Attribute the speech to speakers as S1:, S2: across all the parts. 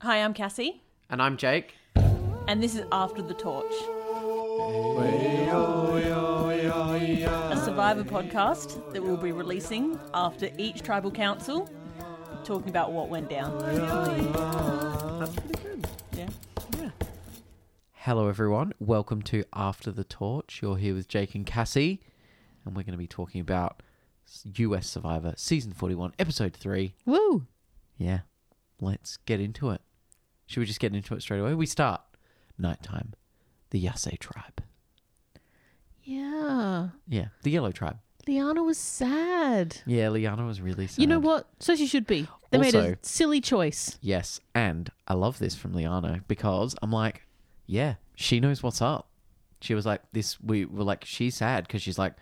S1: Hi, I'm Cassie,
S2: And I'm Jake.
S1: and this is After the Torch. A survivor podcast that we'll be releasing after each tribal council, talking about what went down.
S2: That's pretty good.
S1: Yeah.
S2: Hello, everyone. Welcome to After the Torch. You're here with Jake and Cassie, and we're going to be talking about US Survivor Season 41, Episode 3.
S3: Woo!
S2: Yeah, let's get into it. Should we just get into it straight away? We start nighttime. The Yase tribe.
S3: Yeah.
S2: Yeah, the Yellow tribe.
S3: Liana was sad.
S2: Yeah, Liana was really sad.
S3: You know what? So she should be. They made
S2: Also-
S3: a silly choice.
S2: Yes, and I love this from Liana because I'm like, yeah, she knows what's up. She was like, this, we were like, she's sad because she's like,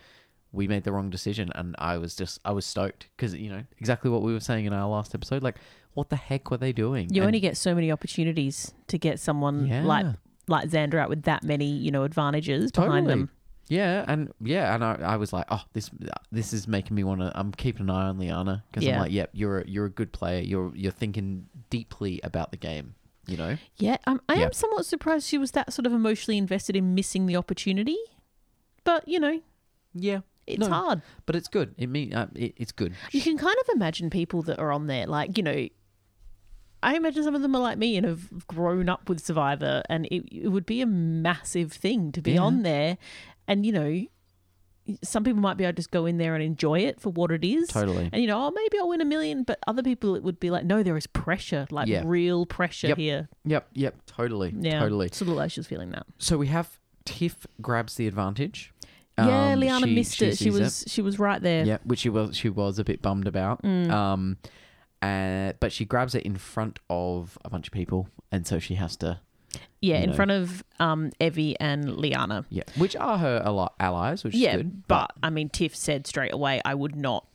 S2: we made the wrong decision. And I was just, I was stoked because, you know, exactly what we were saying in our last episode. Like, what the heck were they doing?
S3: You
S2: And-
S3: only get so many opportunities to get someone
S2: Yeah.
S3: like like Xander out with that many, you know, advantages behind them.
S2: Yeah, and yeah, and I, I was like, oh, this this is making me want to. I'm keeping an eye on Liana because I'm
S3: Yeah.
S2: like, yep, you're a, you're a good player. You're you're thinking deeply about the game. You know,
S3: Yeah, I'm, I
S2: Yeah.
S3: am somewhat surprised she was that sort of emotionally invested in missing the opportunity. But you know,
S2: yeah,
S3: it's
S2: No.
S3: hard.
S2: but it's good. It mean uh, it, it's good.
S3: You can kind of imagine people that are on there, like you know. I imagine some of them are like me and have grown up with Survivor, and it, it would be a massive thing to be
S2: Yeah.
S3: on there. And you know, some people might be able to just go in there and enjoy it for what it is.
S2: Totally.
S3: And you know, oh, maybe I'll win a million, but other people it would be like, no, there is pressure, like
S2: Yeah.
S3: real pressure
S2: Yep.
S3: here.
S2: Yep, yep, totally,
S3: Yeah,
S2: totally.
S3: Sort of like she was feeling that.
S2: So we have Tiff grabs the advantage.
S3: yeah,
S2: Um,
S3: Liana missed it. She
S2: sees
S3: was she was right
S2: it.
S3: there. Mm.
S2: yeah, which she was she was a bit bummed about. Um, uh, but she grabs it in front of a bunch of people, and so she has to
S3: Yeah,
S2: You
S3: in
S2: know.
S3: front of um Evie and Liana.
S2: Yeah, which are her a lot allies, which
S3: yeah,
S2: is good.
S3: but, I mean, Tiff said straight away, I would not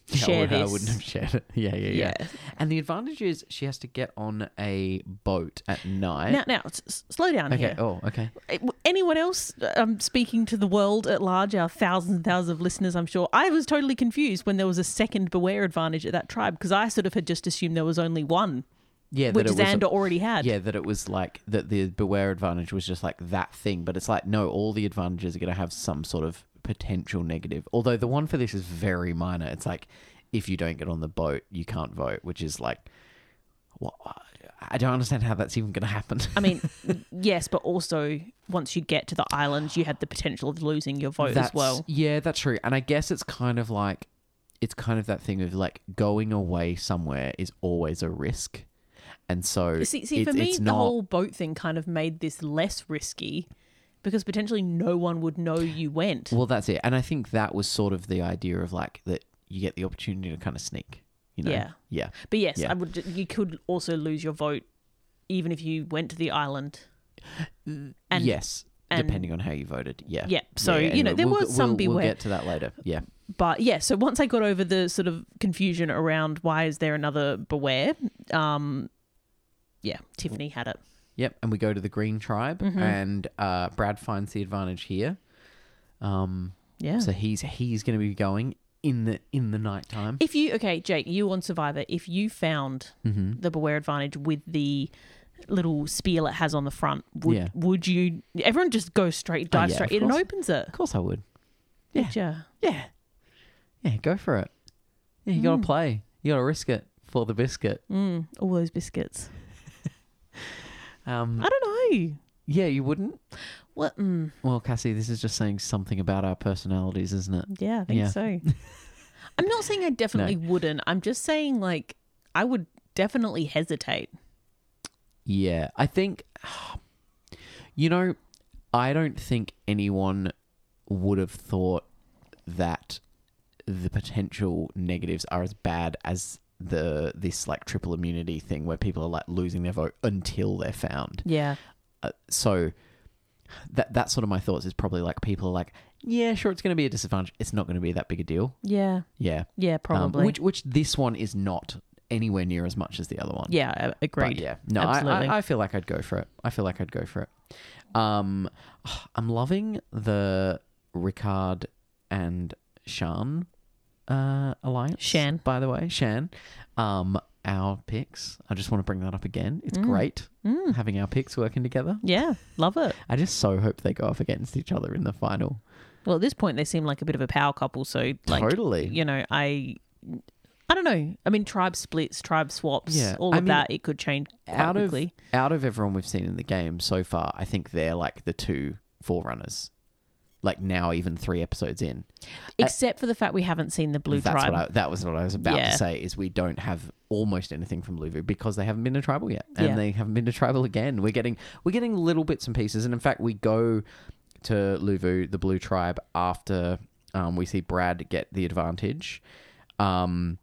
S2: Yeah,
S3: share
S2: or I
S3: this.
S2: wouldn't have shared it. Yeah, yeah, yeah, And the advantage is she has to get on a boat at night.
S3: Now, now, s- s- slow down
S2: okay.
S3: here.
S2: Oh, okay.
S3: Uh, Anyone else? um, speaking to the world at large, our thousands and thousands of listeners, I'm sure. I was totally confused when there was a second beware advantage at that tribe because I sort of had just assumed there was only one,
S2: Yeah,
S3: which
S2: that it was.
S3: Xander already had.
S2: yeah, that it was like that the beware advantage was just like that thing, but it's like no, all the advantages are going to have some sort of potential negative. Although the one for this is very minor. It's like if you don't get on the boat, you can't vote, which is like what I don't understand how that's even going to happen.
S3: I mean, yes, but also once you get to the islands, you had the potential of losing your vote as
S2: That's-
S3: well.
S2: Yeah, that's true. And I guess it's kind of like it's kind of that thing of like going away somewhere is always a risk. And so
S3: See, see
S2: it's,
S3: for me,
S2: it's
S3: the
S2: not
S3: whole boat thing kind of made this less risky because potentially no one would know you went.
S2: Well, that's it. And I think that was sort of the idea of like that you get the opportunity to kind of sneak, you know.
S3: Yeah.
S2: Yeah.
S3: But yes,
S2: Yeah.
S3: I would. You could also lose your vote, even if you went to the island. And-
S2: yes.
S3: and-
S2: depending on how you voted. Yeah.
S3: Yeah, so, you know, there
S2: we'll,
S3: was some
S2: we'll, We'll
S3: beware.
S2: get to that later. Yeah.
S3: But yeah, so once I got over the sort of confusion around why is there another beware, um, yeah, Tiffany had it.
S2: Yep, and we go to the Green Tribe,
S3: Mm-hmm.
S2: and uh, Brad finds the advantage here. Um,
S3: Yeah.
S2: so he's he's going to be going in the in the nighttime.
S3: if you okay, Jake, you on Survivor, if you found
S2: Mm-hmm.
S3: the beware advantage with the little spear it has on the front, would
S2: Yeah. Oh,
S3: would you? Everyone just go straight, dive
S2: yeah,
S3: straight
S2: of
S3: in and
S2: course.
S3: opens it.
S2: Of course I would. Yeah.
S3: Would ya?
S2: Yeah. Yeah, go for it. Yeah, you gotta play. You gotta risk it for the biscuit.
S3: Mm, all those biscuits.
S2: Um
S3: I don't know.
S2: Yeah, you wouldn't?
S3: What? Mm,
S2: Well, Cassie, this is just saying something about our personalities, isn't it?
S3: yeah, I think
S2: Yeah.
S3: so. I'm not saying I definitely wouldn't. I'm just saying like I would definitely hesitate.
S2: Yeah. I think you know, I don't think anyone would have thought that the potential negatives are as bad as the this like triple immunity thing where people are like losing their vote until they're found.
S3: Yeah.
S2: uh, so that that's sort of my thoughts is probably like people are like yeah sure it's going to be a disadvantage it's not going to be that big a deal
S3: Yeah.
S2: yeah
S3: Yeah,
S2: Um,
S3: probably.
S2: which which this one is not anywhere near as much as the other one
S3: yeah, I-
S2: But
S3: agreed.
S2: yeah no I,
S3: Absolutely.
S2: I, I feel like i'd go for it i feel like i'd go for it um i'm loving the ricard and shan uh alliance
S3: Shan.
S2: by the way shan um our picks. I just want to bring that up again.
S3: Mm.
S2: It's great having our picks working together.
S3: Yeah, love it.
S2: I just so hope they go up against each other in the final.
S3: Well, at this point, they seem like a bit of a power couple. So, like,
S2: Totally.
S3: you know, I, I don't know. I mean, tribe splits, tribe swaps,
S2: Yeah,
S3: all
S2: I
S3: of
S2: mean,
S3: that. It could change quite
S2: out
S3: quickly.
S2: of out of everyone we've seen in the game so far, I think they're like the two forerunners. Like now, even three episodes in,
S3: except for the fact we haven't seen the blue
S2: that's
S3: tribe.
S2: what I, that was what I was about
S3: Yeah.
S2: to say. Is we don't have almost anything from Luvu because they haven't been to tribal yet, and
S3: Yeah.
S2: they haven't been to tribal again. We're getting we're getting little bits and pieces, and in fact, we go to Luvu, the blue tribe, after um, we see Brad get the advantage. Um,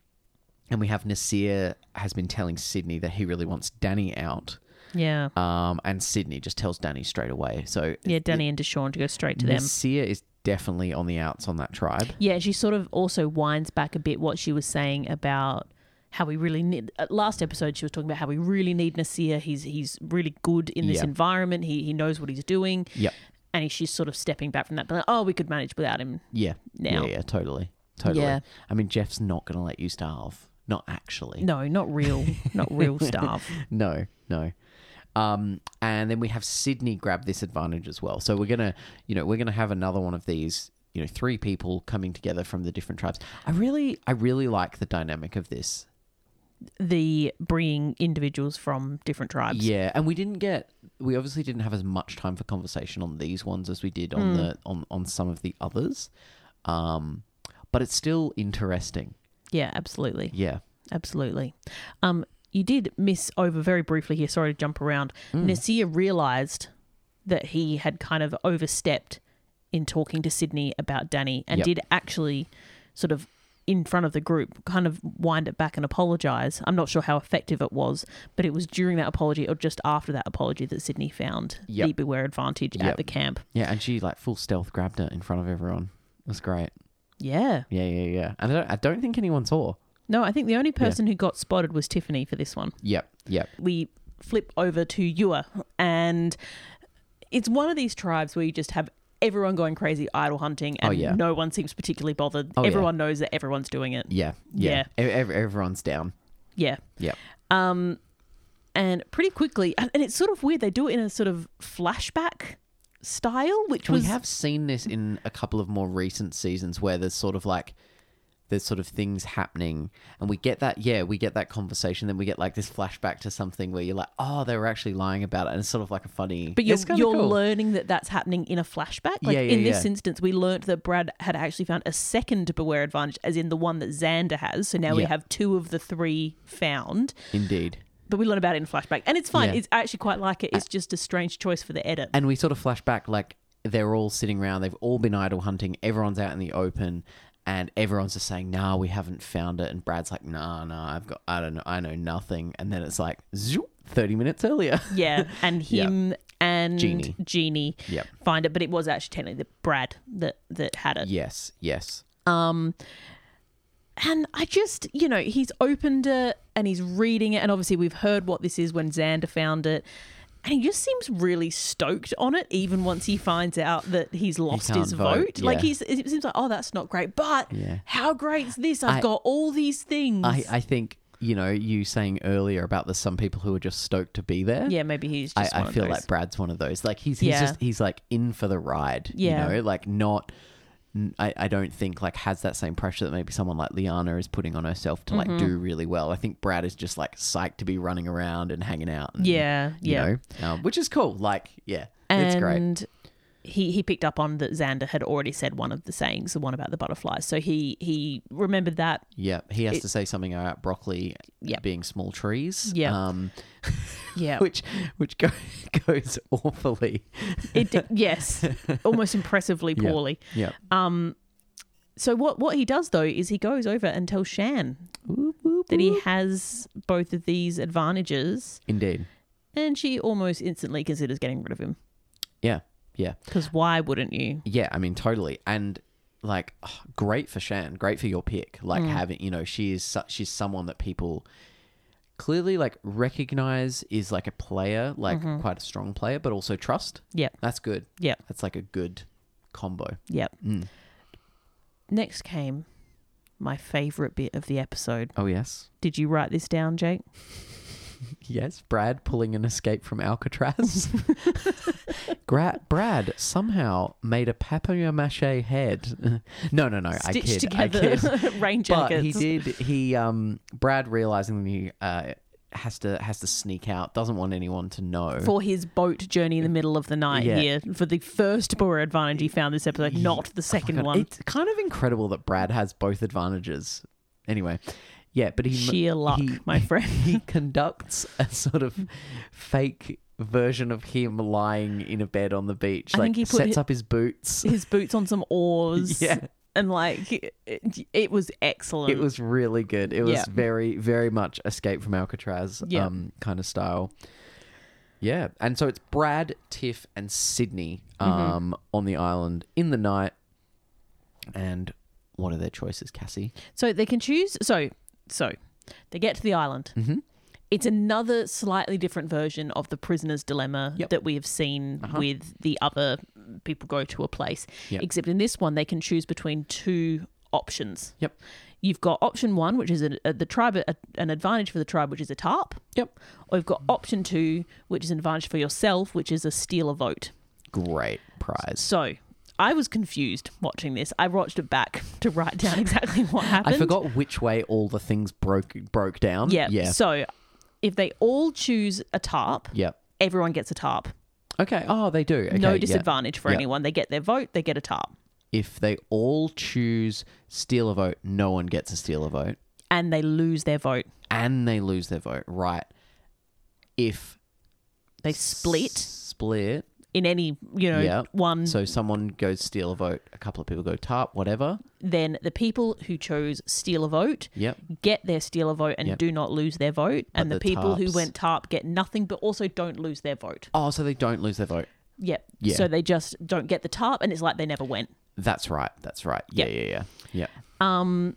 S2: and we have Nasir has been telling Sydney that he really wants Danny out.
S3: yeah,
S2: Um, and Sydney just tells Danny straight away. So
S3: yeah. Danny and Deshaun to go straight to them.
S2: Nasir is definitely on the outs on that tribe.
S3: Yeah, she sort of also winds back a bit what she was saying about how we really need. uh, Last episode, she was talking about how we really need Nasir. He's he's really good in this
S2: Yeah.
S3: environment. He he knows what he's doing.
S2: Yep.
S3: And he- she's sort of stepping back from that, but like, oh, we could manage without him.
S2: Yeah.
S3: Now.
S2: Yeah, yeah, totally. Totally.
S3: Yeah.
S2: I mean, Jeff's not going to let you starve. Not actually.
S3: No, not real, not real staff.
S2: No, no. Um, and then we have Sydney grab this advantage as well. So we're going to, you know, we're going to have another one of these, you know, three people coming together from the different tribes. I really, I really like the dynamic of this.
S3: The bringing individuals from different tribes.
S2: Yeah, and we didn't get we obviously didn't have as much time for conversation on these ones as we did on the on on some of the others. Um but it's still interesting.
S3: yeah absolutely.
S2: Yeah.
S3: Absolutely. Um, you did miss over very briefly here. Sorry to jump around.
S2: Mm.
S3: Nasir realized that he had kind of overstepped in talking to Sydney about Danny and
S2: Yep.
S3: did actually sort of in front of the group kind of wind it back and apologize. I'm not sure how effective it was, but it was during that apology or just after that apology that Sydney found
S2: Yep.
S3: the beware advantage
S2: Yep.
S3: at the camp.
S2: Yeah, and she like full stealth grabbed it in front of everyone. It was great.
S3: Yeah.
S2: Yeah, yeah, yeah. And I don't I don't think anyone saw.
S3: No, I think the only person who got spotted was Tiffany for this one.
S2: Yep, yep.
S3: we flip over to Yua, and it's one of these tribes where you just have everyone going crazy idol hunting, and
S2: Oh, yeah.
S3: no one seems particularly bothered.
S2: Oh, yeah.
S3: everyone knows that everyone's doing it.
S2: Yeah. Yeah. E- ev- everyone's down.
S3: Yeah.
S2: Yep.
S3: Um, and pretty quickly, and and it's sort of weird. They do it in a sort of flashback style, which
S2: We
S3: was
S2: have seen this in a couple of more recent seasons where there's sort of like there's sort of things happening and we get that yeah we get that conversation then we get like this flashback to something where you're like oh they were actually lying about it and it's sort of like a funny
S3: But you're,
S2: It's kinda
S3: you're
S2: cool.
S3: learning that that's happening in a flashback. Like
S2: Yeah, yeah,
S3: in this
S2: yeah.
S3: instance, we learnt that Brad had actually found a second Beware advantage, as in the one that Xander has. So now we
S2: Yeah.
S3: have two of the three found.
S2: indeed
S3: But we learn about it in flashback, and it's fine.
S2: Yeah.
S3: It's I actually quite like it. It's just a strange choice for the edit.
S2: and we sort of flash back like they're all sitting around they've all been idle hunting everyone's out in the open and everyone's just saying nah we haven't found it and Brad's like nah nah I've got I don't know I know nothing and then it's like zoop, 30 minutes earlier
S3: yeah, and
S2: Yeah.
S3: him and
S2: Genie.
S3: Genie
S2: Yep.
S3: find it, but it was actually technically the Brad that that had it.
S2: yes yes
S3: And I just, you know, he's opened it and he's reading it. And obviously, we've heard what this is when Xander found it. And he just seems really stoked on it, even once he finds out that he's lost
S2: can't
S3: his vote.
S2: vote,
S3: Like,
S2: yeah.
S3: he's, it seems like, oh, that's not great. But
S2: Yeah.
S3: how great's this? I've
S2: I-
S3: got all these things.
S2: I, I think you know you saying earlier about there's some people who are just stoked to be there.
S3: yeah, maybe he's
S2: I,
S3: just one
S2: I
S3: of
S2: feel
S3: those.
S2: like Brad's one of those. Like he's he's
S3: Yeah.
S2: just he's like in for the ride.
S3: Yeah.
S2: you know, like not. n- I, I don't think like has that same pressure that maybe someone like Liana is putting on herself to like
S3: Mm-hmm.
S2: do really well. I think Brad is just like psyched to be running around and hanging out. And,
S3: Yeah,
S2: you
S3: yeah.
S2: know, um, which is cool. Like, yeah,
S3: and
S2: it's great.
S3: He, he picked up on that Xander had already said one of the sayings, the one about the butterflies. So he he remembered that.
S2: Yeah, he has to say something about broccoli
S3: Yeah.
S2: being small trees.
S3: Yeah.
S2: um,
S3: Yeah.
S2: which which go, goes awfully.
S3: it did- yes. Almost impressively
S2: Yeah.
S3: poorly. Um,
S2: Yeah.
S3: So what what he does though is he goes over and tells Shan that
S2: Mm.
S3: he has both of these advantages,
S2: Indeed.
S3: and she almost instantly considers getting rid of him.
S2: Yeah. Yeah.
S3: Because why wouldn't you?
S2: Yeah. I mean, totally. And like, oh, great for Shan. Great for your pick. Like
S3: Mm.
S2: having, you know, she is su- she's someone that people clearly like recognize is like a player, like quite a strong player, but also trust.
S3: Mm-hmm. Yep,
S2: That's good.
S3: yep,
S2: Mm. That's like a good combo.
S3: yep. Next came my favorite bit of the episode.
S2: Oh, yes.
S3: Did you write this down, Jake?
S2: Yes, Brad pulling an escape from Alcatraz. Gra- Brad somehow made a papier-mâché head. no, no, no. I
S3: Stitched
S2: kid.
S3: together
S2: I kid.
S3: rain
S2: But
S3: jackets.
S2: he did. He um, Brad realizing that he uh, has to has to sneak out. Doesn't want anyone to know.
S3: for his boat journey in the middle of the night
S2: Yeah.
S3: here for the first Bora advantage he found this episode,
S2: Ye-
S3: not the second
S2: God,
S3: one.
S2: It's kind of incredible that Brad has both advantages. Anyway, yeah, but he
S3: Sheer luck,
S2: he-
S3: my friend.
S2: he conducts a sort of fake version of him lying in a bed on the beach.
S3: I
S2: like
S3: think he put
S2: sets
S3: his-
S2: up his boots.
S3: His boots on some oars.
S2: Yeah.
S3: And like, it, it was excellent.
S2: It was really good. It was
S3: Yeah.
S2: very, very much Escape from Alcatraz
S3: Yeah.
S2: um, kind of style. Yeah. And so it's Brad, Tiff, and Sydney
S3: Mm-hmm.
S2: um, on the island in the night. And what are their choices, Cassie?
S3: So they can choose. So, so they get to the island.
S2: Mm-hmm.
S3: It's another slightly different version of the prisoner's dilemma
S2: Yep. Uh-huh.
S3: that we have seen with the other people go to a place.
S2: Yep.
S3: Except in this one, they can choose between two options.
S2: Yep.
S3: You've got option one, which is a, a, the tribe, a, an advantage for the tribe, which is a tarp.
S2: Yep.
S3: Or you've got option two, which is an advantage for yourself, which is a steal a vote.
S2: Great prize.
S3: So I was confused watching this. I watched it back to write down exactly what happened.
S2: I forgot which way all the things broke broke down.
S3: Yeah.
S2: Yeah.
S3: So if they all choose a tarp,
S2: yep.
S3: everyone gets a tarp.
S2: Okay. Oh, they do. Okay,
S3: no
S2: yeah.
S3: disadvantage for
S2: Yeah.
S3: anyone. They get their vote, they get a tarp.
S2: If they all choose steal a vote, no one gets a steal a vote.
S3: And they lose their vote.
S2: and they lose their vote, right? If
S3: They split Mm.
S2: split,
S3: in any, you know,
S2: Yeah.
S3: one.
S2: so someone goes steal a vote, a couple of people go tarp, whatever.
S3: Then the people who chose steal a vote
S2: Yep.
S3: get their steal a vote and
S2: Yep.
S3: do not lose their vote. and the,
S2: the
S3: people who
S2: tarps-
S3: went tarp get nothing but also don't lose their vote.
S2: Oh, so they don't lose their vote.
S3: Yep.
S2: Yeah.
S3: So they just don't get the tarp and it's like they never went.
S2: That's right. That's right. Yeah, yeah, yeah, yeah.
S3: Um,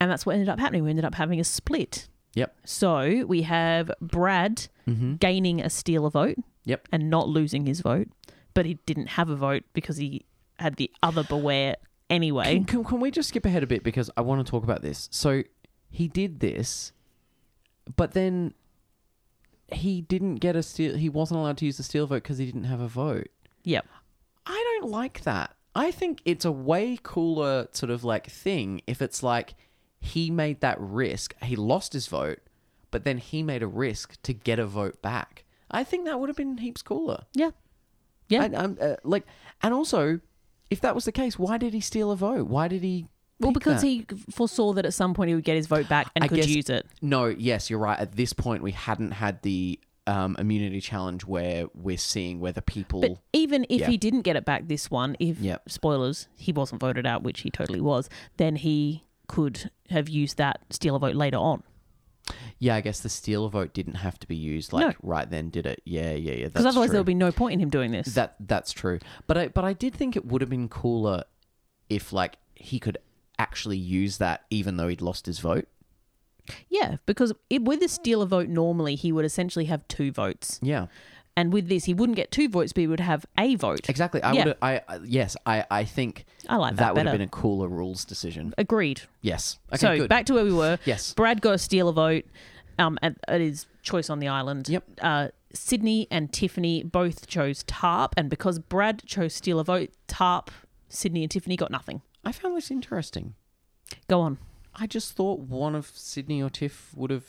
S3: And that's what ended up happening. We ended up having a split.
S2: Yep.
S3: So we have Brad gaining a steal a vote.
S2: Yep.
S3: and not losing his vote, but he didn't have a vote because he had the other beware anyway.
S2: Can, can, can we just skip ahead a bit because I want to talk about this. So he did this, but then he didn't get a steal. He wasn't allowed to use the steal vote because he didn't have a vote.
S3: Yep.
S2: I don't like that. I think it's a way cooler sort of like thing if it's like he made that risk, he lost his vote, but then he made a risk to get a vote back. I think that would have been heaps cooler.
S3: Yeah. Yeah.
S2: And, um, uh, like, and also, if that was the case, why did he steal a vote? Why did he?
S3: Well,
S2: pick
S3: because
S2: that?
S3: he foresaw that at some point he would get his vote back and
S2: I
S3: could
S2: guess-
S3: use it.
S2: No, yes, you're right. At this point, we hadn't had the um, immunity challenge where we're seeing whether people.
S3: But even if
S2: Yeah.
S3: he didn't get it back this one, if
S2: Yep.
S3: spoilers, he wasn't voted out, which he totally was, then he could have used that steal a vote later on.
S2: Yeah, I guess the steal vote didn't have to be used like right then, did it? Yeah, yeah, yeah.
S3: Because otherwise there
S2: true.
S3: would be no point in him doing this.
S2: that that's true. But I but I did think it would have been cooler if like he could actually use that even though he'd lost his vote.
S3: yeah, because it, with a steal a vote normally he would essentially have two votes.
S2: Yeah,
S3: And with this he wouldn't get two votes but he would have a vote.
S2: exactly. I
S3: Yeah.
S2: would. I I- yes. I I think
S3: I like that
S2: that would have
S3: better.
S2: been a cooler rules decision.
S3: Agreed.
S2: Yes. Okay.
S3: so
S2: good.
S3: back to where we were.
S2: Yes.
S3: Brad got a steal a vote um, at, at his choice on the island.
S2: Yep.
S3: Uh, Sydney and Tiffany both chose tarp, and because Brad chose steal a vote, tarp, Sydney and Tiffany got nothing.
S2: I found this interesting.
S3: Go on.
S2: I just thought one of Sydney or Tiff would have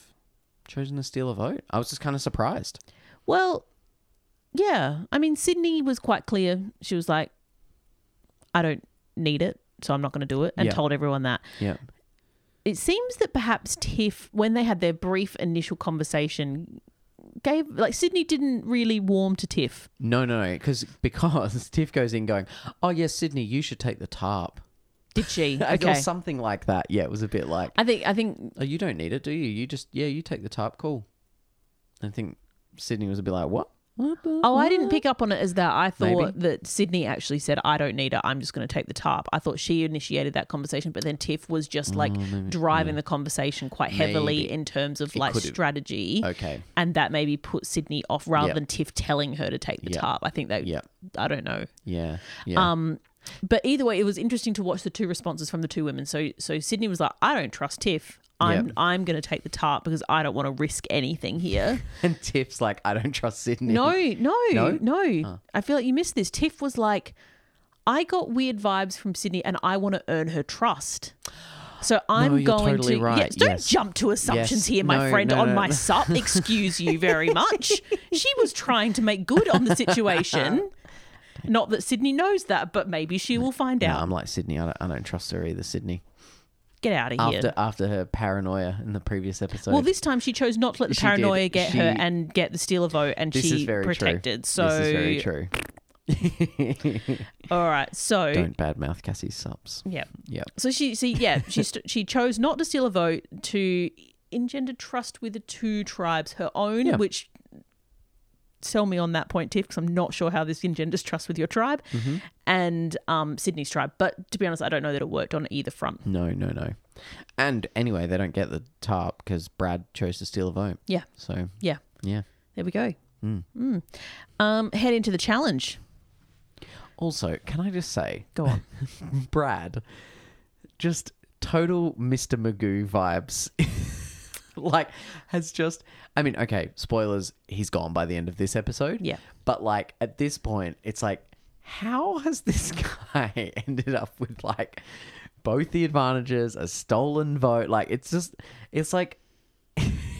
S2: chosen to steal a vote. I was just kind of surprised.
S3: Well, yeah. I mean, Sydney was quite clear. She was like, I don't need it, so I'm not going to do it, and
S2: Yeah.
S3: told everyone that.
S2: Yeah.
S3: It seems that perhaps Tiff, when they had their brief initial conversation, gave like Sydney didn't really warm to Tiff.
S2: No, no, no, because because Tiff goes in going, oh yes, Sydney, you should take the tarp.
S3: Did she?
S2: Or
S3: Okay.
S2: something like that. Yeah, it was a bit like
S3: I think I think
S2: Oh, you don't need it, do you? You just yeah, you take the tarp. Cool. I think Sydney was a bit like, what? What the-
S3: Oh, I didn't pick up on it as that. I
S2: Maybe.
S3: thought that Sydney actually said, "I don't need it. I'm just going to take the tarp." I thought she initiated that conversation, but then Tiff was just like driving the conversation quite heavily
S2: Oh, Maybe.
S3: in terms of
S2: It Oh.
S3: like
S2: could've-
S3: strategy,
S2: Okay.
S3: and that maybe put Sydney off rather
S2: Yep.
S3: than Tiff telling her to take the
S2: Yep.
S3: tarp. I think that.
S2: Yep.
S3: I don't know.
S2: Yeah. Yeah.
S3: Um, But either way, it was interesting to watch the two responses from the two women. So so Sydney was like, I don't trust Tiff. I'm
S2: Yep.
S3: I'm gonna take the tarp because I don't want to risk anything here.
S2: And Tiff's like, I don't trust Sydney.
S3: No, no,
S2: No? Ah.
S3: no. I feel like you missed this. Tiff was like, I got weird vibes from Sydney and I want to earn her trust. So I'm
S2: you're
S3: going
S2: totally
S3: to
S2: right.
S3: yes, don't
S2: Yes.
S3: jump to assumptions
S2: Yes.
S3: here, my
S2: No,
S3: friend,
S2: no,
S3: on
S2: no,
S3: my
S2: no.
S3: sub. Excuse you very much. she was trying to make good on the situation. Not that Sydney knows that, but maybe she will find
S2: No,
S3: out.
S2: I'm like Sydney. I don't, I don't trust her either, Sydney.
S3: Get out of
S2: After
S3: here.
S2: after her paranoia in the previous episode.
S3: Well, this time she chose not to let the
S2: She did.
S3: paranoia get
S2: She-
S3: her and get the stealer vote, and
S2: This
S3: she
S2: is very
S3: protected.
S2: true.
S3: So,
S2: this is very true.
S3: all right. So,
S2: Don't badmouth Cassie's subs.
S3: yeah.
S2: Yep.
S3: So she, see, yeah, she st- she chose not to steal a vote to engender trust with the two tribes, her own,
S2: Yeah.
S3: which sell me on that point, Tiff, because I'm not sure how this engenders trust with your tribe and um, Sydney's tribe. But to be honest, I don't know that it worked on either front.
S2: No, no, no. And anyway, they don't get the tarp because Brad chose to steal a vote.
S3: Yeah,
S2: So
S3: yeah,
S2: yeah.
S3: there we go. Mm. Um, head into the challenge.
S2: Also, can I just say,
S3: Go on.
S2: Brad, just total Mr. Magoo vibes. like, has just. I mean, okay, spoilers, he's gone by the end of this episode.
S3: Yeah.
S2: But, like, at this point, it's like, how has this guy ended up with, like, both the advantages, a stolen vote? Like, it's just. It's like.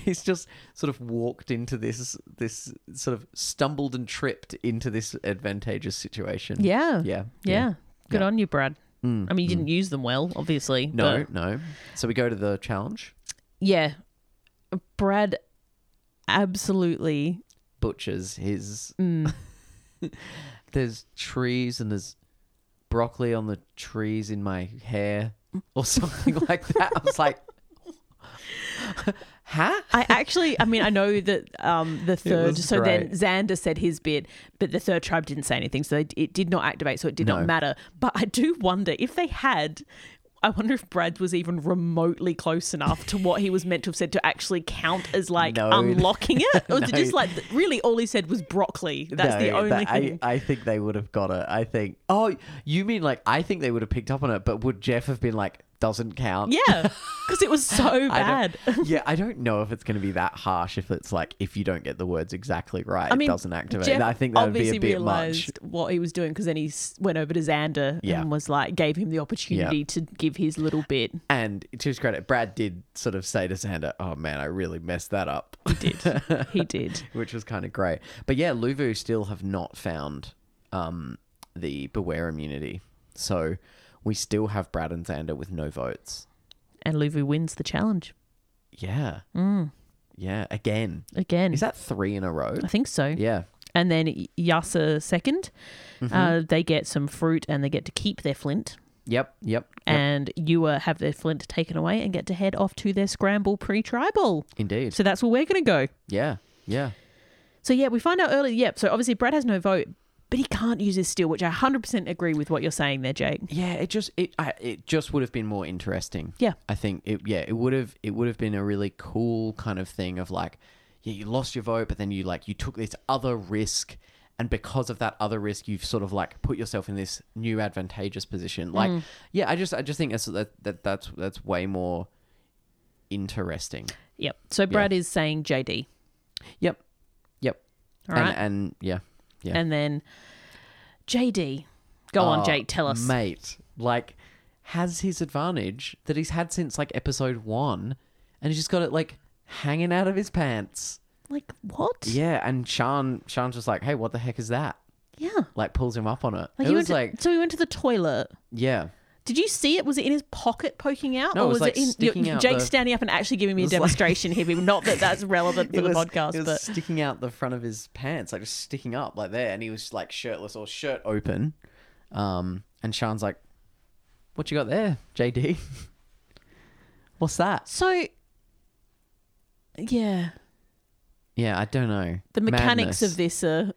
S2: He's just sort of walked into this, this sort of stumbled and tripped into this advantageous situation.
S3: Yeah.
S2: Yeah.
S3: Yeah. Good
S2: Yeah.
S3: on you, Brad. I mean, you didn't use them well, obviously.
S2: No,
S3: but-
S2: no. So we go to the challenge.
S3: yeah. Brad absolutely
S2: Butchers his.
S3: Mm.
S2: there's trees and there's broccoli on the trees in my hair or something like that. I was like, huh?
S3: I actually, I mean, I know that um, the third.
S2: was
S3: So then
S2: great.
S3: Xander said his bit, but the third tribe didn't say anything, so they, it did not activate, so it did
S2: No.
S3: not matter. But I do wonder if they had. I wonder if Brad was even remotely close enough to what he was meant to have said to actually count as like
S2: No.
S3: unlocking it, or was it
S2: No.
S3: just like really all he said was broccoli? That's the
S2: No,
S3: only
S2: that-
S3: thing.
S2: I, I think they would have got it. I think. Oh, you mean like I think they would have picked up on it, but would Jeff have been like, doesn't count?
S3: yeah, because it was so
S2: I
S3: bad.
S2: don't- yeah, I don't know if it's going to be that harsh if it's like if you don't get the words exactly right,
S3: I mean,
S2: it doesn't activate.
S3: Jeff
S2: I think that would be
S3: obviously
S2: a bit much.
S3: realized what he was doing because then he s- went over to Xander
S2: Yeah.
S3: and was like, gave him the opportunity to give his little bit.
S2: And to his credit, Brad did sort of say to Xander, "Oh man, I really messed that up,"
S3: He did. he did.
S2: which was kind of great. But yeah, Luvu still have not found um, the Beware immunity, so we still have Brad and Xander with no votes.
S3: And Luvu wins the challenge
S2: Yeah, yeah. Again,
S3: again.
S2: is that three in a row?
S3: I think so.
S2: Yeah, Mm-hmm.
S3: And then Yasa 2nd Uh, they get some fruit and they get to keep their flint.
S2: yep, yep, yep.
S3: And Yua have their flint taken away and get to head off to their scramble pre-tribal.
S2: indeed.
S3: So that's where we're going to go.
S2: yeah, yeah.
S3: So yeah, we find out early. Yep. So obviously Brad has no vote, but he can't use his steel, which I 100% agree with what you're saying there, Jake.
S2: yeah it just it I, it just would have been more interesting
S3: Yeah.
S2: i think it yeah it would have it would have been a really cool kind of thing of like yeah you lost your vote but then you like you took this other risk and because of that other risk you've sort of like put yourself in this new advantageous position
S3: Mm.
S2: like yeah i just i just think that's that, that that's that's way more interesting
S3: Yep. So Brad is saying JD.
S2: yep yep
S3: All
S2: and
S3: right.
S2: and yeah yeah
S3: And then JD. Go on,
S2: Oh,
S3: Jake. Tell us.
S2: Mate, like, has his advantage that he's had since, like, episode one, and he's just got it, like, hanging out of his pants.
S3: Like what?
S2: Yeah, and Sean, Sean's just like, hey, what the heck is that?
S3: Yeah.
S2: Like, pulls him up on it.
S3: Like he
S2: it
S3: went
S2: was
S3: to-
S2: like,
S3: so he went to the toilet.
S2: yeah.
S3: Did you see it? Was it in his pocket poking out,
S2: No, it was, like,
S3: it in
S2: sticking out
S3: Jake's
S2: the-
S3: standing up and actually giving me a
S2: was like-
S3: demonstration here? Not that that's relevant for
S2: It
S3: the
S2: was,
S3: podcast,
S2: it was
S3: but
S2: sticking out the front of his pants, like just sticking up, like there, and he was like shirtless or shirt open. Um, and Sean's like, "What you got there, JD? What's that?"
S3: so yeah,
S2: Yeah, I don't know.
S3: the mechanics
S2: Madness.
S3: of this are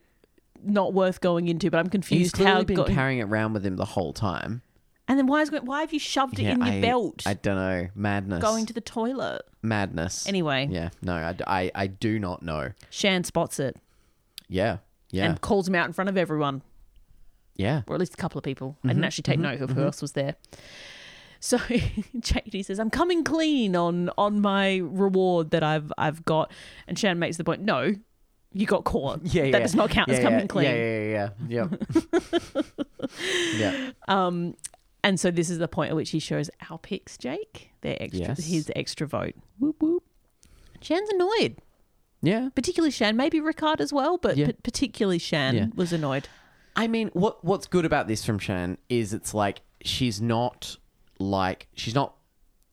S3: not worth going into. But I'm
S2: He's
S3: confused how
S2: clearly
S3: it
S2: been
S3: got.
S2: carrying it around with him the whole time.
S3: and then why is why have you shoved it in your
S2: I,
S3: belt
S2: I don't know. Madness.
S3: going to the toilet?
S2: madness.
S3: Anyway,
S2: Yeah. No, I, I, I do not know.
S3: Shan spots it
S2: Yeah. Yeah.
S3: and calls him out in front of everyone.
S2: Yeah.
S3: or at least a couple of people. I
S2: Mm-hmm.
S3: didn't actually take note of who else was there. So JD says, "I'm coming clean on on my reward that I've I've got," and Shannon makes the point, "No, you got caught.
S2: Yeah, yeah.
S3: that does not count
S2: yeah,
S3: as
S2: yeah,
S3: coming clean."
S2: Yeah, yeah, yeah, yeah. Yep. yeah.
S3: Um, and so this is the point at which he shows our picks, Jake. Their extra,
S2: Yes.
S3: his extra vote. Whoop whoop. Shan's annoyed,
S2: Yeah.
S3: particularly Shan. Maybe Ricard as well, but
S2: Yeah.
S3: pa- particularly Shan
S2: Yeah.
S3: was annoyed.
S2: I mean, what what's good about this from Shan is it's like she's not like she's not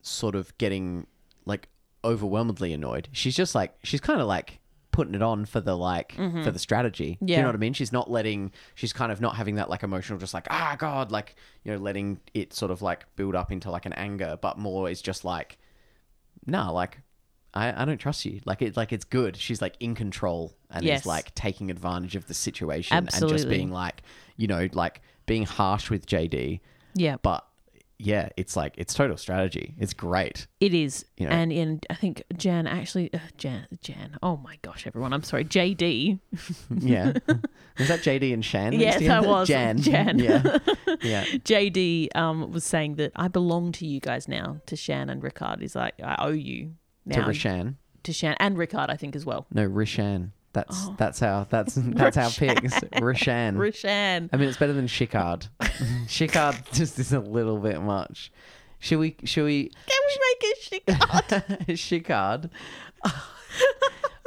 S2: sort of getting like overwhelmingly annoyed. She's just like she's kind of like putting it on for the like for the strategy. Do you
S3: Mm-hmm. Yeah.
S2: know what I mean? She's not letting she's kind of not having that like emotional just like ah god like you know letting it sort of like build up into like an anger, but more is just like nah like I, I don't trust you. Like it like it's good. She's like in control and
S3: Yes.
S2: is like taking advantage of the situation and just
S3: Absolutely.
S2: being like, you know, like being harsh with JD.
S3: Yeah,
S2: But yeah, it's like it's total strategy. It's great.
S3: It is,
S2: You know.
S3: and in I think Jan actually uh, Jan Jan. Oh my gosh, everyone! I'm sorry, JD.
S2: Yeah. was that JD and Shan? next
S3: Yes,
S2: to you?
S3: I was.
S2: Jan.
S3: Jan.
S2: Yeah. Yeah.
S3: JD um, was saying that I belong to you guys now. To Shan and Ricard, he's like I owe you
S2: To
S3: now.
S2: Rishan.
S3: to Shan and Ricard, I think as well.
S2: No, Rishan. That's
S3: Oh.
S2: that's how that's that's how pigs. Rishan.
S3: Rishan.
S2: I mean, it's better than Shikard. Shikard just is a little bit much. Should we? Should we?
S3: Can we make a
S2: Shikard.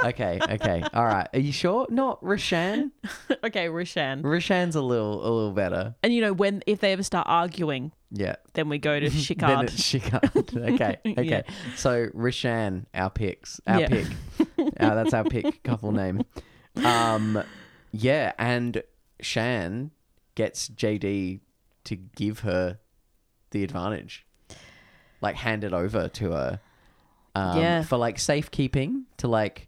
S2: okay, okay. All right. Are you sure? Not Rishan?
S3: shikar? okay, Rishan.
S2: Rishan's a little a little better.
S3: And you know when if they ever start arguing,
S2: Yeah.
S3: then we go to
S2: Then
S3: Shikard.
S2: it's Shikard. Okay, okay.
S3: Yeah.
S2: So Rishan, our picks. Our
S3: Yeah.
S2: pick. Uh, that's our pick couple name. Um yeah, and Shan gets JD to give her the advantage. Like hand it over to her. um,
S3: Yeah.
S2: for like safekeeping to like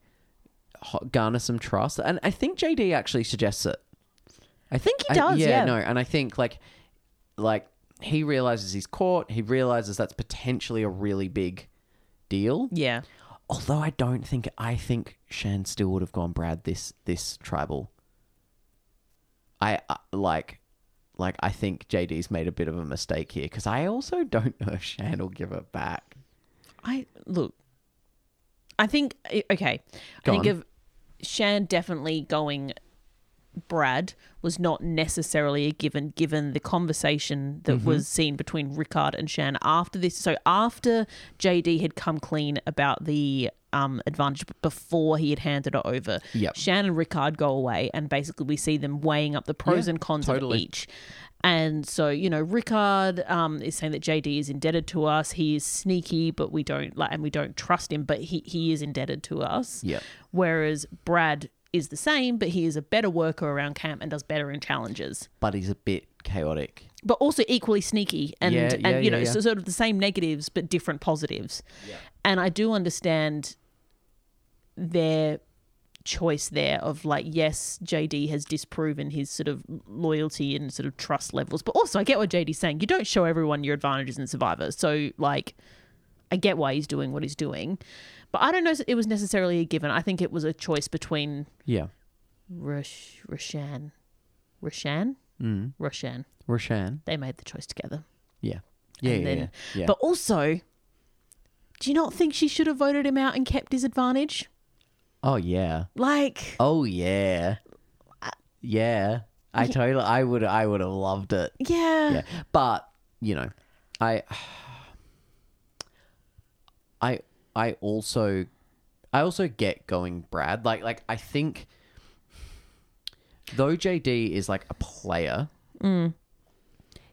S2: ho- garner some trust. And I think JD actually suggests it. I think
S3: he does, yeah.
S2: no, and I think like like he realizes he's caught. He realizes that's potentially a really big deal.
S3: yeah,
S2: Although I don't think I think Shan still would have gone Brad this this tribal. I uh, like like I think JD's made a bit of a mistake here because I also don't know if Shan will give it back.
S3: I look. I think okay.
S2: Go
S3: I think
S2: on.
S3: of Shan definitely going. Brad was not necessarily a given, given the conversation
S2: Mm-hmm.
S3: that was seen between Rickard and Shan after this. So after JD had come clean about the um, advantage but before he had handed it over,
S2: Yep.
S3: Shan and Rickard go away, and basically we see them weighing up the pros
S2: Yeah,
S3: and cons
S2: totally.
S3: of each. And so, you know, Rickard um, is saying that JD is indebted to us. He is sneaky, but we don't like, and we don't trust him, but he, he is indebted to us.
S2: Yep.
S3: Whereas Brad is the same, but he is a better worker around camp and does better in challenges,
S2: But he's a bit chaotic.
S3: but also equally sneaky and,
S2: Yeah, yeah,
S3: and you
S2: yeah,
S3: know,
S2: yeah.
S3: so sort of the same negatives, but different positives. And I do understand their choice there of like yes JD has disproven his sort of loyalty and sort of trust levels but also I get what JD's saying you don't show everyone your advantages in Survivor so like I get why he's doing what he's doing but I don't know if it was necessarily a given I think it was a choice between
S2: Yeah.
S3: Rush Rashan Rashan mm. Rashan
S2: Roshan.
S3: they made the choice together
S2: Yeah. Yeah,
S3: and
S2: yeah,
S3: then
S2: yeah. yeah.
S3: but also do you not think she should have voted him out and kept his advantage
S2: oh yeah.
S3: like
S2: Oh yeah. Yeah. I totally I would I would have loved it.
S3: yeah
S2: Yeah. But, you know, I I I also I also get going Brad. Like like I think though JD is like a player,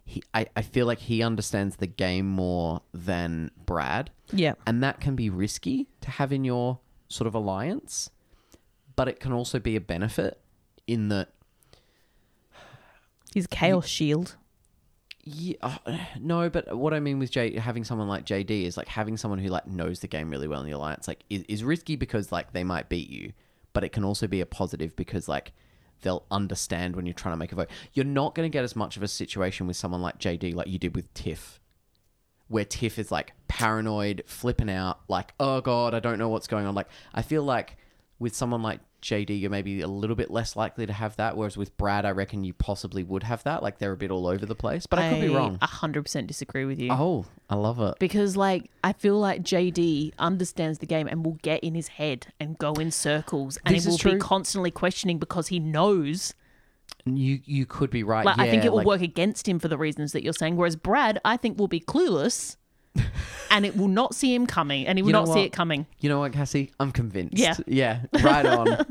S2: he I, I feel like he understands the game more than Brad.
S3: yeah
S2: And that can be risky to have in your sort of alliance, but it can also be a benefit in that,
S3: His chaos shield.
S2: yeah, uh, no, but what I mean with J, having someone like JD is like having someone who like knows the game really well in the alliance, like is, is risky because like they might beat you, but it can also be a positive because like they'll understand when you're trying to make a vote. You're not going to get as much of a situation with someone like JD like you did with Tiff where Tiff is like paranoid, flipping out, like, oh God, I don't know what's going on. Like, I feel like with someone like JD, you're maybe a little bit less likely to have that. Whereas with Brad, I reckon you possibly would have that. Like they're a bit all over the place, but I, could be wrong.
S3: 100% disagree with you.
S2: oh, I love it.
S3: Because, like, I feel like JD understands the game and will get in his head and go in circles and
S2: This
S3: he
S2: is
S3: will
S2: true.
S3: be constantly questioning because he knows.
S2: You you could be right.
S3: Like, I think
S2: yeah,
S3: it will
S2: like-
S3: work against him for the reasons that you're saying. Whereas Brad, I think, will be clueless and it will not see him coming and he will
S2: You know
S3: not see
S2: what?
S3: it coming.
S2: You know what, Cassie? I'm convinced.
S3: Yeah.
S2: yeah, right on.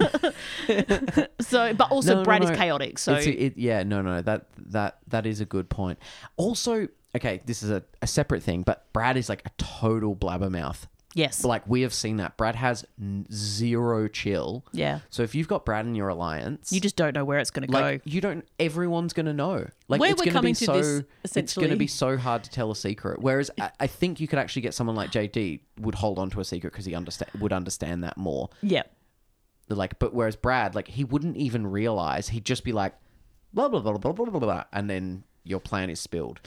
S3: So, but also,
S2: No, no,
S3: Brad
S2: no.
S3: is chaotic. So,
S2: It's a- it, yeah, no, no, that that that is a good point. Also, okay, this is a, a separate thing, but Brad is like a total blabbermouth.
S3: yes.
S2: Like we have seen that Brad has n- zero chill.
S3: yeah.
S2: So if you've got Brad in your alliance,
S3: You just don't know where it's going to
S2: like
S3: go.
S2: you don't. Everyone's gonna know. Like
S3: Where
S2: it's
S3: we're
S2: gonna
S3: coming
S2: be
S3: to
S2: so.
S3: this,
S2: it's gonna
S3: essentially.
S2: be so hard to tell a secret. Whereas I, I think you could actually get someone like JD would hold on to a secret because he understand would understand that more
S3: Yeah.
S2: like but whereas Brad like he wouldn't even realize he'd just be like blah blah blah blah blah blah blah and then your plan is spilled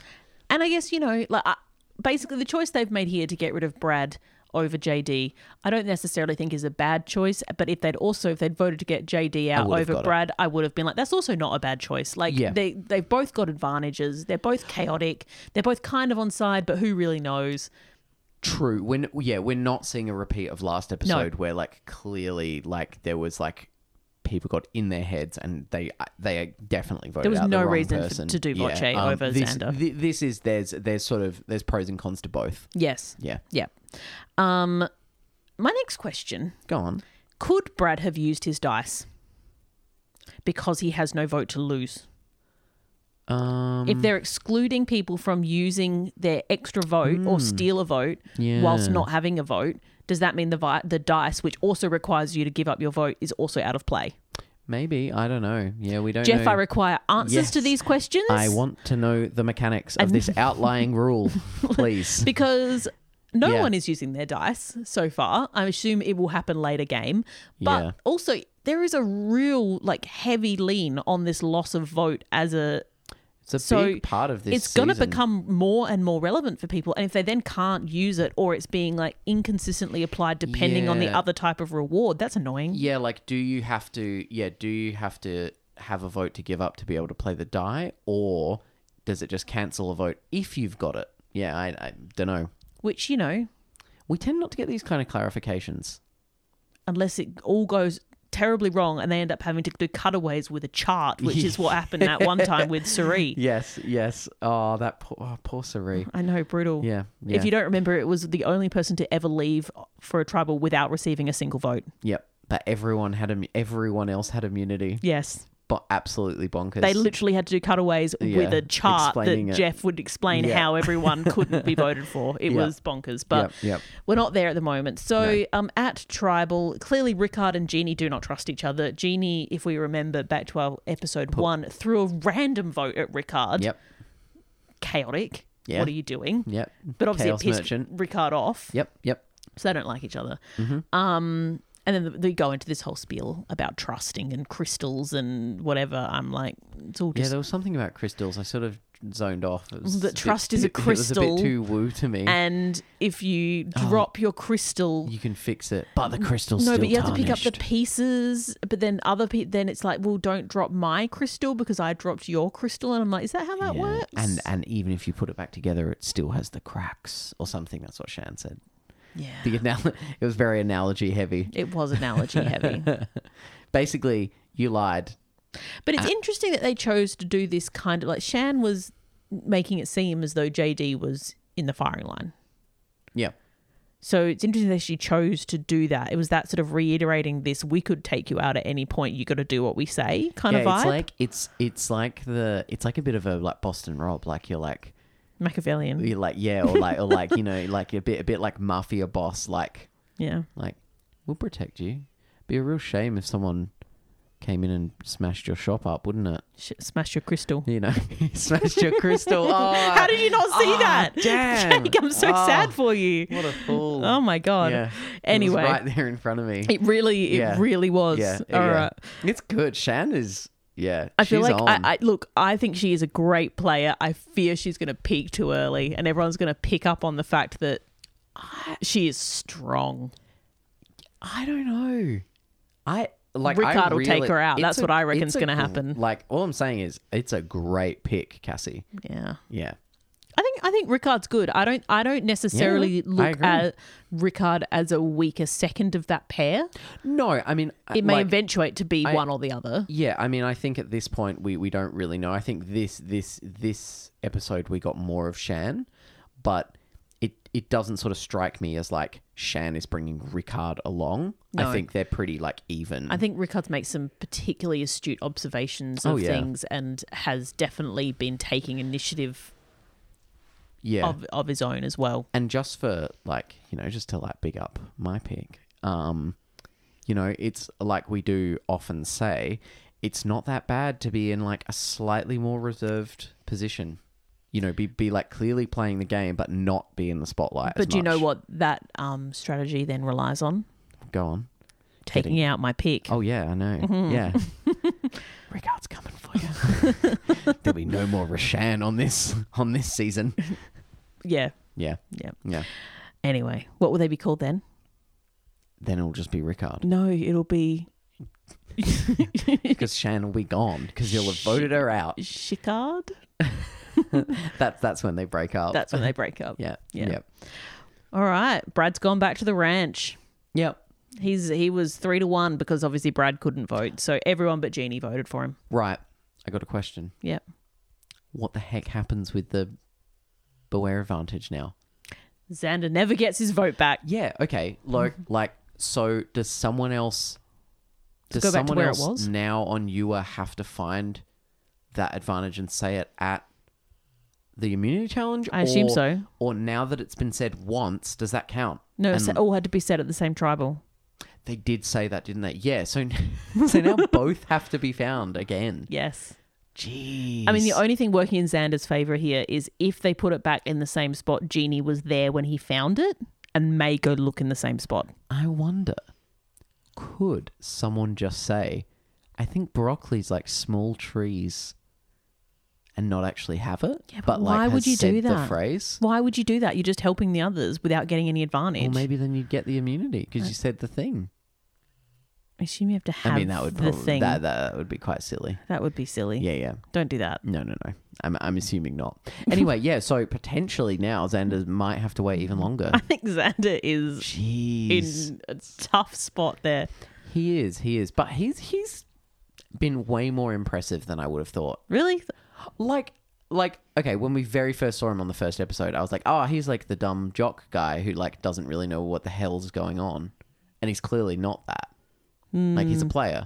S3: And I guess you know, like I, basically the choice they've made here to get rid of Brad over JD, I don't necessarily think is a bad choice. But if they'd also if they'd voted to get JD out
S2: would've
S3: over
S2: got it.
S3: Brad, I would have been like, that's also not a bad choice. Like
S2: Yeah.
S3: they they've both got advantages. They're both chaotic. They're both kind of on side, but who really knows?
S2: true when yeah we're not seeing a repeat of last episode where like clearly like there was like people got in their heads and they uh, they definitely voted
S3: was
S2: out the
S3: no
S2: wrong
S3: reason for-
S2: person.
S3: to do
S2: Yeah,
S3: Voce
S2: um,
S3: over
S2: this,
S3: Xander.
S2: thi- this is there's there's sort of there's pros and cons to both
S3: Yes.
S2: yeah
S3: Yeah. Um, my next question:
S2: go on
S3: Could Brad have used his dice? Because he has no vote to lose.
S2: um
S3: if they're excluding people from using their extra vote or steal a vote whilst
S2: Mm. Yeah.
S3: not having a vote, does that mean the vi- the dice, which also requires you to give up your vote, is also out of play?
S2: maybe I don't know yeah we don't
S3: Jeff,
S2: know.
S3: I require answers to
S2: Yes.
S3: these questions
S2: I want to know the mechanics of this outlying rule please
S3: because no
S2: Yeah.
S3: one is using their dice so far. I assume it will happen later game, but
S2: Yeah.
S3: also there is a real like heavy lean on this loss of vote as a
S2: It's a
S3: So
S2: big part of this.
S3: it's going to
S2: season.
S3: become more and more relevant for people and if they then can't use it or it's being like inconsistently applied depending on the
S2: Yeah.
S3: other type of reward that's annoying
S2: Yeah, like do you have to? Yeah, do you have to have a vote to give up to be able to play the die, or does it just cancel a vote if you've got it? Yeah, I, I don't know.
S3: which you know
S2: We tend not to get these kind of clarifications.
S3: unless it all goes terribly wrong and they end up having to do cutaways with a chart which is what happened that one time with Suri
S2: Yes, yes. Oh, that poor, oh, poor Sari.
S3: I know brutal
S2: Yeah,
S3: if you don't remember it was the only person to ever leave for a tribal without receiving a single vote
S2: Yep. But everyone had immu- everyone else had immunity,
S3: yes
S2: but absolutely bonkers.
S3: they literally had to do cutaways with
S2: Yeah,
S3: a chart
S2: explaining
S3: that
S2: it.
S3: Jeff would explain
S2: Yeah.
S3: how everyone couldn't be voted for. It
S2: Yeah.
S3: was bonkers, but
S2: Yep, yep.
S3: we're not there at the moment. So um, at Tribal, clearly Rickard and Jeannie do not trust each other. Jeannie, if we remember back to our episode one, threw a random vote at Rickard.
S2: Yep.
S3: Chaotic.
S2: Yeah.
S3: What are you doing?
S2: Yep.
S3: But obviously
S2: Chaos
S3: it pissed
S2: merchant.
S3: Rickard off.
S2: Yep. Mm-hmm. Yep.
S3: So they don't like each other. Um, and then they go into this whole spiel about trusting and crystals and whatever. I'm like, it's all
S2: Yeah,
S3: just
S2: there was something about crystals. I sort of zoned off. It was
S3: That
S2: a bit
S3: trust is a
S2: too- It was a
S3: crystal
S2: bit too woo to me.
S3: and if you
S2: Oh.
S3: drop your crystal
S2: you can fix it, but the crystal's
S3: no
S2: still
S3: but you have to pick up the
S2: tarnished.
S3: pieces but then other pe- then it's like well don't drop my crystal because i dropped your crystal and i'm like is that how that
S2: Yeah,
S3: works
S2: And and even if you put it back together, it still has the cracks or something. That's what Shan said.
S3: yeah
S2: The anal- it was very analogy heavy.
S3: it was analogy heavy
S2: Basically, you lied.
S3: but it's interesting that they chose to do this kind of like shan was making it seem as though jd was in the firing line
S2: Yeah,
S3: so it's interesting that she chose to do that. It was that sort of reiterating this: we could take you out at any point. You got to do what we say, kind
S2: yeah.
S3: of vibe.
S2: It's like it's it's like the it's like a bit of a like Boston rob. Like you're like
S3: Machiavellian,
S2: you're like yeah, or like or like you know like a bit a bit like mafia boss. Like
S3: yeah.
S2: Like, we'll protect you. Be a real shame if someone came in and smashed your shop up, wouldn't it?
S3: Sh- smash your crystal.
S2: You know, smashed your crystal. Oh,
S3: How did you not see that?
S2: damn.
S3: Jake, I'm so
S2: Oh,
S3: sad for you.
S2: What a fool.
S3: Oh my god.
S2: Yeah.
S3: Anyway,
S2: It was right there in front of me.
S3: it really, it
S2: Yeah.
S3: really was.
S2: yeah.
S3: All right.
S2: yeah. It's good. Shan is, yeah.
S3: I feel
S2: she's
S3: like
S2: on.
S3: I, I look. I think she is a great player. I fear she's going to peak too early, and everyone's going to pick up on the fact that ah, she is strong.
S2: I don't know. I like
S3: Ricard
S2: I
S3: will
S2: really-
S3: take her out.
S2: it's
S3: That's
S2: a-
S3: what I reckon's
S2: it's a
S3: gonna
S2: gr-
S3: happen.
S2: Like all I'm saying is it's a great pick, Cassie.
S3: Yeah.
S2: Yeah.
S3: I think I think Ricard's good. I don't I don't necessarily
S2: I
S3: look
S2: agree.
S3: at Ricard as a weaker second of that pair.
S2: No, I mean
S3: It may
S2: Uh, like,
S3: eventuate to be one or the other.
S2: Yeah, I mean I think at this point we we don't really know. I think this this this episode we got more of Shan, but it it doesn't sort of strike me as like Shan is bringing Ricard along.
S3: No.
S2: I think they're pretty like even.
S3: I think Ricard makes some particularly astute observations of
S2: Oh, yeah.
S3: things and has definitely been taking initiative
S2: yeah.
S3: of, of his own as well.
S2: and just for like you know just to like big up my pick um you know it's like we do often say it's not that bad to be in like a slightly more reserved position you know be be like clearly playing the game but not be in the spotlight as
S3: But do you know
S2: much.
S3: what that um, strategy then relies on?
S2: go on
S3: Taking
S2: Kidding.
S3: out my pick.
S2: oh yeah i know
S3: Mm-hmm.
S2: yeah Ricard's coming for you there'll be no more rashan on this on this season
S3: Yeah.
S2: yeah
S3: Yeah.
S2: yeah
S3: Anyway, what will they be called then?
S2: then it'll just be Ricard
S3: No, it'll be
S2: because Shan will be gone because you'll have voted her out.
S3: Shikard.
S2: That's that's when they break up.
S3: That's when they break up.
S2: yeah,
S3: Yeah.
S2: yeah, yep,
S3: All right. Brad's gone back to the ranch.
S2: yep.
S3: He's he was three to one because obviously Brad couldn't vote, so everyone but Jeannie voted for him.
S2: Right. I got a question.
S3: Yeah.
S2: What the heck happens with the beware advantage now?
S3: Xander never gets his vote back.
S2: Yeah. Okay. Like, like, so does someone else? Does
S3: go back to
S2: someone
S3: where it
S2: else
S3: was.
S2: now on Ewa have to find that advantage and say it at the immunity challenge?
S3: I assume
S2: Or-
S3: so.
S2: Or now that it's been said once, does that count?
S3: No,
S2: And
S3: so all had to be said at the same tribal.
S2: they did say that, didn't they? Yeah. So, so now both have to be found again.
S3: Yes.
S2: Jeez.
S3: I mean, the only thing working in Xander's favor here is if they put it back in the same spot, Jeannie was there when he found it and may go look in the same spot.
S2: I wonder, could someone just say, I think broccoli's like small trees and not actually have it?
S3: Yeah, but
S2: like,
S3: why
S2: has
S3: would you
S2: said
S3: do
S2: the
S3: that?
S2: phrase?
S3: Why would you do that? You're just helping the others without getting any advantage.
S2: Well, maybe then you'd get the immunity because you said the thing.
S3: I assume you have to have
S2: I mean, that would
S3: the
S2: probably
S3: thing.
S2: that,
S3: That,
S2: that would be quite silly.
S3: would be silly.
S2: Yeah, yeah.
S3: Don't do that.
S2: No, no, no. I'm, I'm assuming not. Anyway, yeah. So potentially now Xander might have to wait even longer.
S3: I think Xander is
S2: Jeez,
S3: in a tough spot there.
S2: he is, he is. But he's he's been way more impressive than I would have thought.
S3: Really?
S2: like like okay when we very first saw him on the first episode i was like oh he's like the dumb jock guy who like doesn't really know what the hell's going on and he's clearly not that like he's a
S3: Mm.
S2: player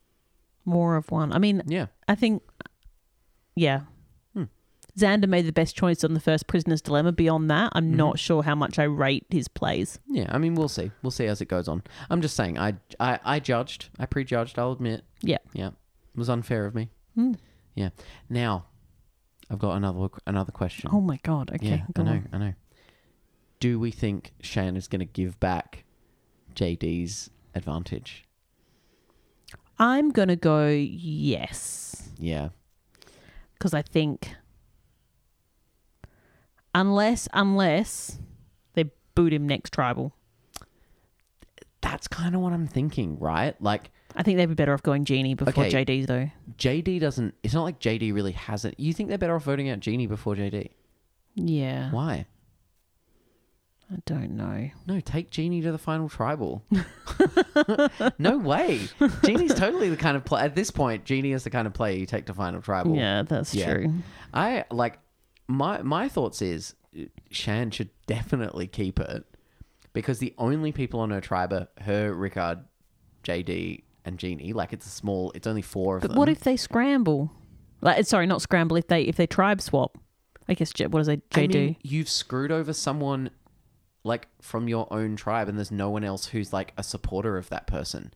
S3: Hmm, More of one. I mean,
S2: yeah
S3: I think, yeah. Hmm. Xander made the best choice on the first Prisoner's Dilemma. Beyond that, I'm not sure how much I rate his plays.
S2: yeah i mean we'll see we'll see as it goes on i'm just saying i i, I judged i prejudged i'll admit
S3: Yeah.
S2: yeah it was unfair of me
S3: Hmm.
S2: yeah now i've got another another question
S3: Oh my god. Okay.
S2: yeah
S3: go
S2: i know
S3: on.
S2: i know do we think shan is going to give back jd's advantage
S3: I'm gonna go yes
S2: yeah
S3: because I think unless unless they boot him next tribal,
S2: that's kind of what I'm thinking, right? Like
S3: I think they'd be better off going Genie before
S2: Okay.
S3: JD though.
S2: JD doesn't. It's not like JD really has it. You think they're better off voting out Genie before JD?
S3: Yeah.
S2: Why?
S3: I don't know.
S2: No, take Genie to the final tribal. no way. Genie's totally the kind of play. At this point, Genie is the kind of player you take to final tribal.
S3: Yeah, that's
S2: Yeah.
S3: true.
S2: I like my my thoughts is uh, Shan should definitely keep it because the only people on her tribe are her, Rickard, JD, and Genie. Like it's a small. It's only four of
S3: But
S2: them.
S3: what if they scramble? Like, sorry, not scramble. If they if they tribe swap, I guess. J- What does they
S2: I
S3: J do?
S2: mean, you've screwed over someone like from your own tribe, and there's no one else who's like a supporter of that person.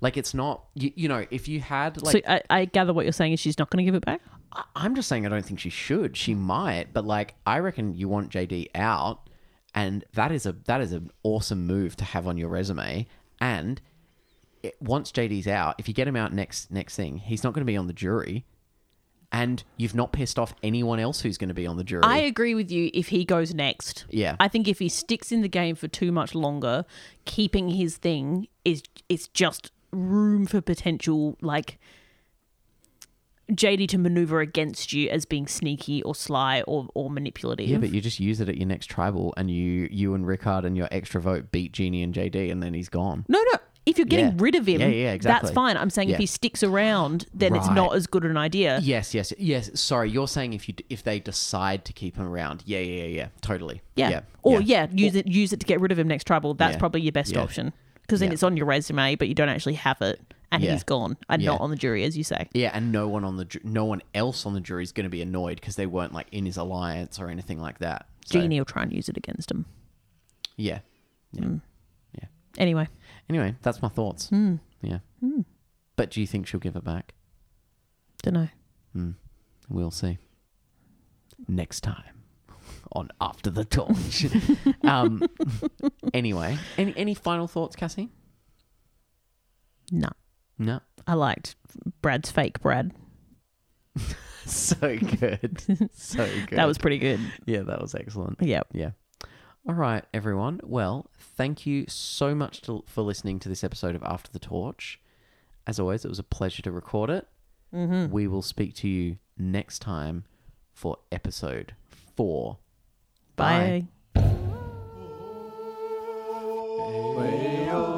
S2: Like it's not you, you know if you had like
S3: Mm. so I, I gather what you're saying is she's not going to give it back.
S2: I- I'm just saying I don't think she should. She might, but like I reckon you want JD out, and that is a that is an awesome move to have on your resume. And it, once JD's out, if you get him out next next thing, he's not going to be on the jury, and you've not pissed off anyone else who's going to be on the jury.
S3: I agree with you. If he goes next,
S2: Yeah.
S3: I think if he sticks in the game for too much longer, keeping his thing is it's just room for potential like JD to maneuver against you as being sneaky or sly or, or manipulative.
S2: Yeah, but you just use it at your next tribal, and you you and Rickard and your extra vote beat Genie and JD, and then he's gone.
S3: no, no. If you're getting
S2: Yeah.
S3: rid of him,
S2: Yeah, yeah, exactly.
S3: that's fine. I'm saying
S2: Yeah.
S3: if he sticks around, then it's
S2: Right.
S3: not as good an idea.
S2: Yes, yes, yes. Sorry, you're saying if you if they decide to keep him around, yeah, yeah, yeah, yeah, totally.
S3: Yeah. Or yeah, use it use it to get rid of him next tribal. That's
S2: Yeah.
S3: probably your best
S2: Yeah.
S3: option. Because then
S2: Yeah.
S3: it's on your resume, but you don't actually have it, and
S2: Yeah.
S3: he's gone and
S2: Yeah.
S3: not on the jury, as you say.
S2: Yeah, and no one on the ju- no one else on the jury is going to be annoyed because they weren't like in his alliance or anything like that. So,
S3: Genie will try and use it against him. Hmm.
S2: Yeah. Yeah.
S3: Anyway, Hmm.
S2: Anyway, that's my thoughts. Yeah. But do you think she'll give it back?
S3: don't know.
S2: Hmm. We'll see. Next time on After the Torch. um, anyway, any any final thoughts, Cassie?
S3: No,
S2: No.
S3: I liked Brad's fake Brad.
S2: So good. So good.
S3: That was pretty good.
S2: yeah, that was excellent.
S3: Yeah.
S2: Yeah. All right, everyone. Well, thank you so much to, for listening to this episode of After the Torch. As always, it was a pleasure to record it. We will speak to you next time for episode four.
S3: Bye.
S4: Way oh,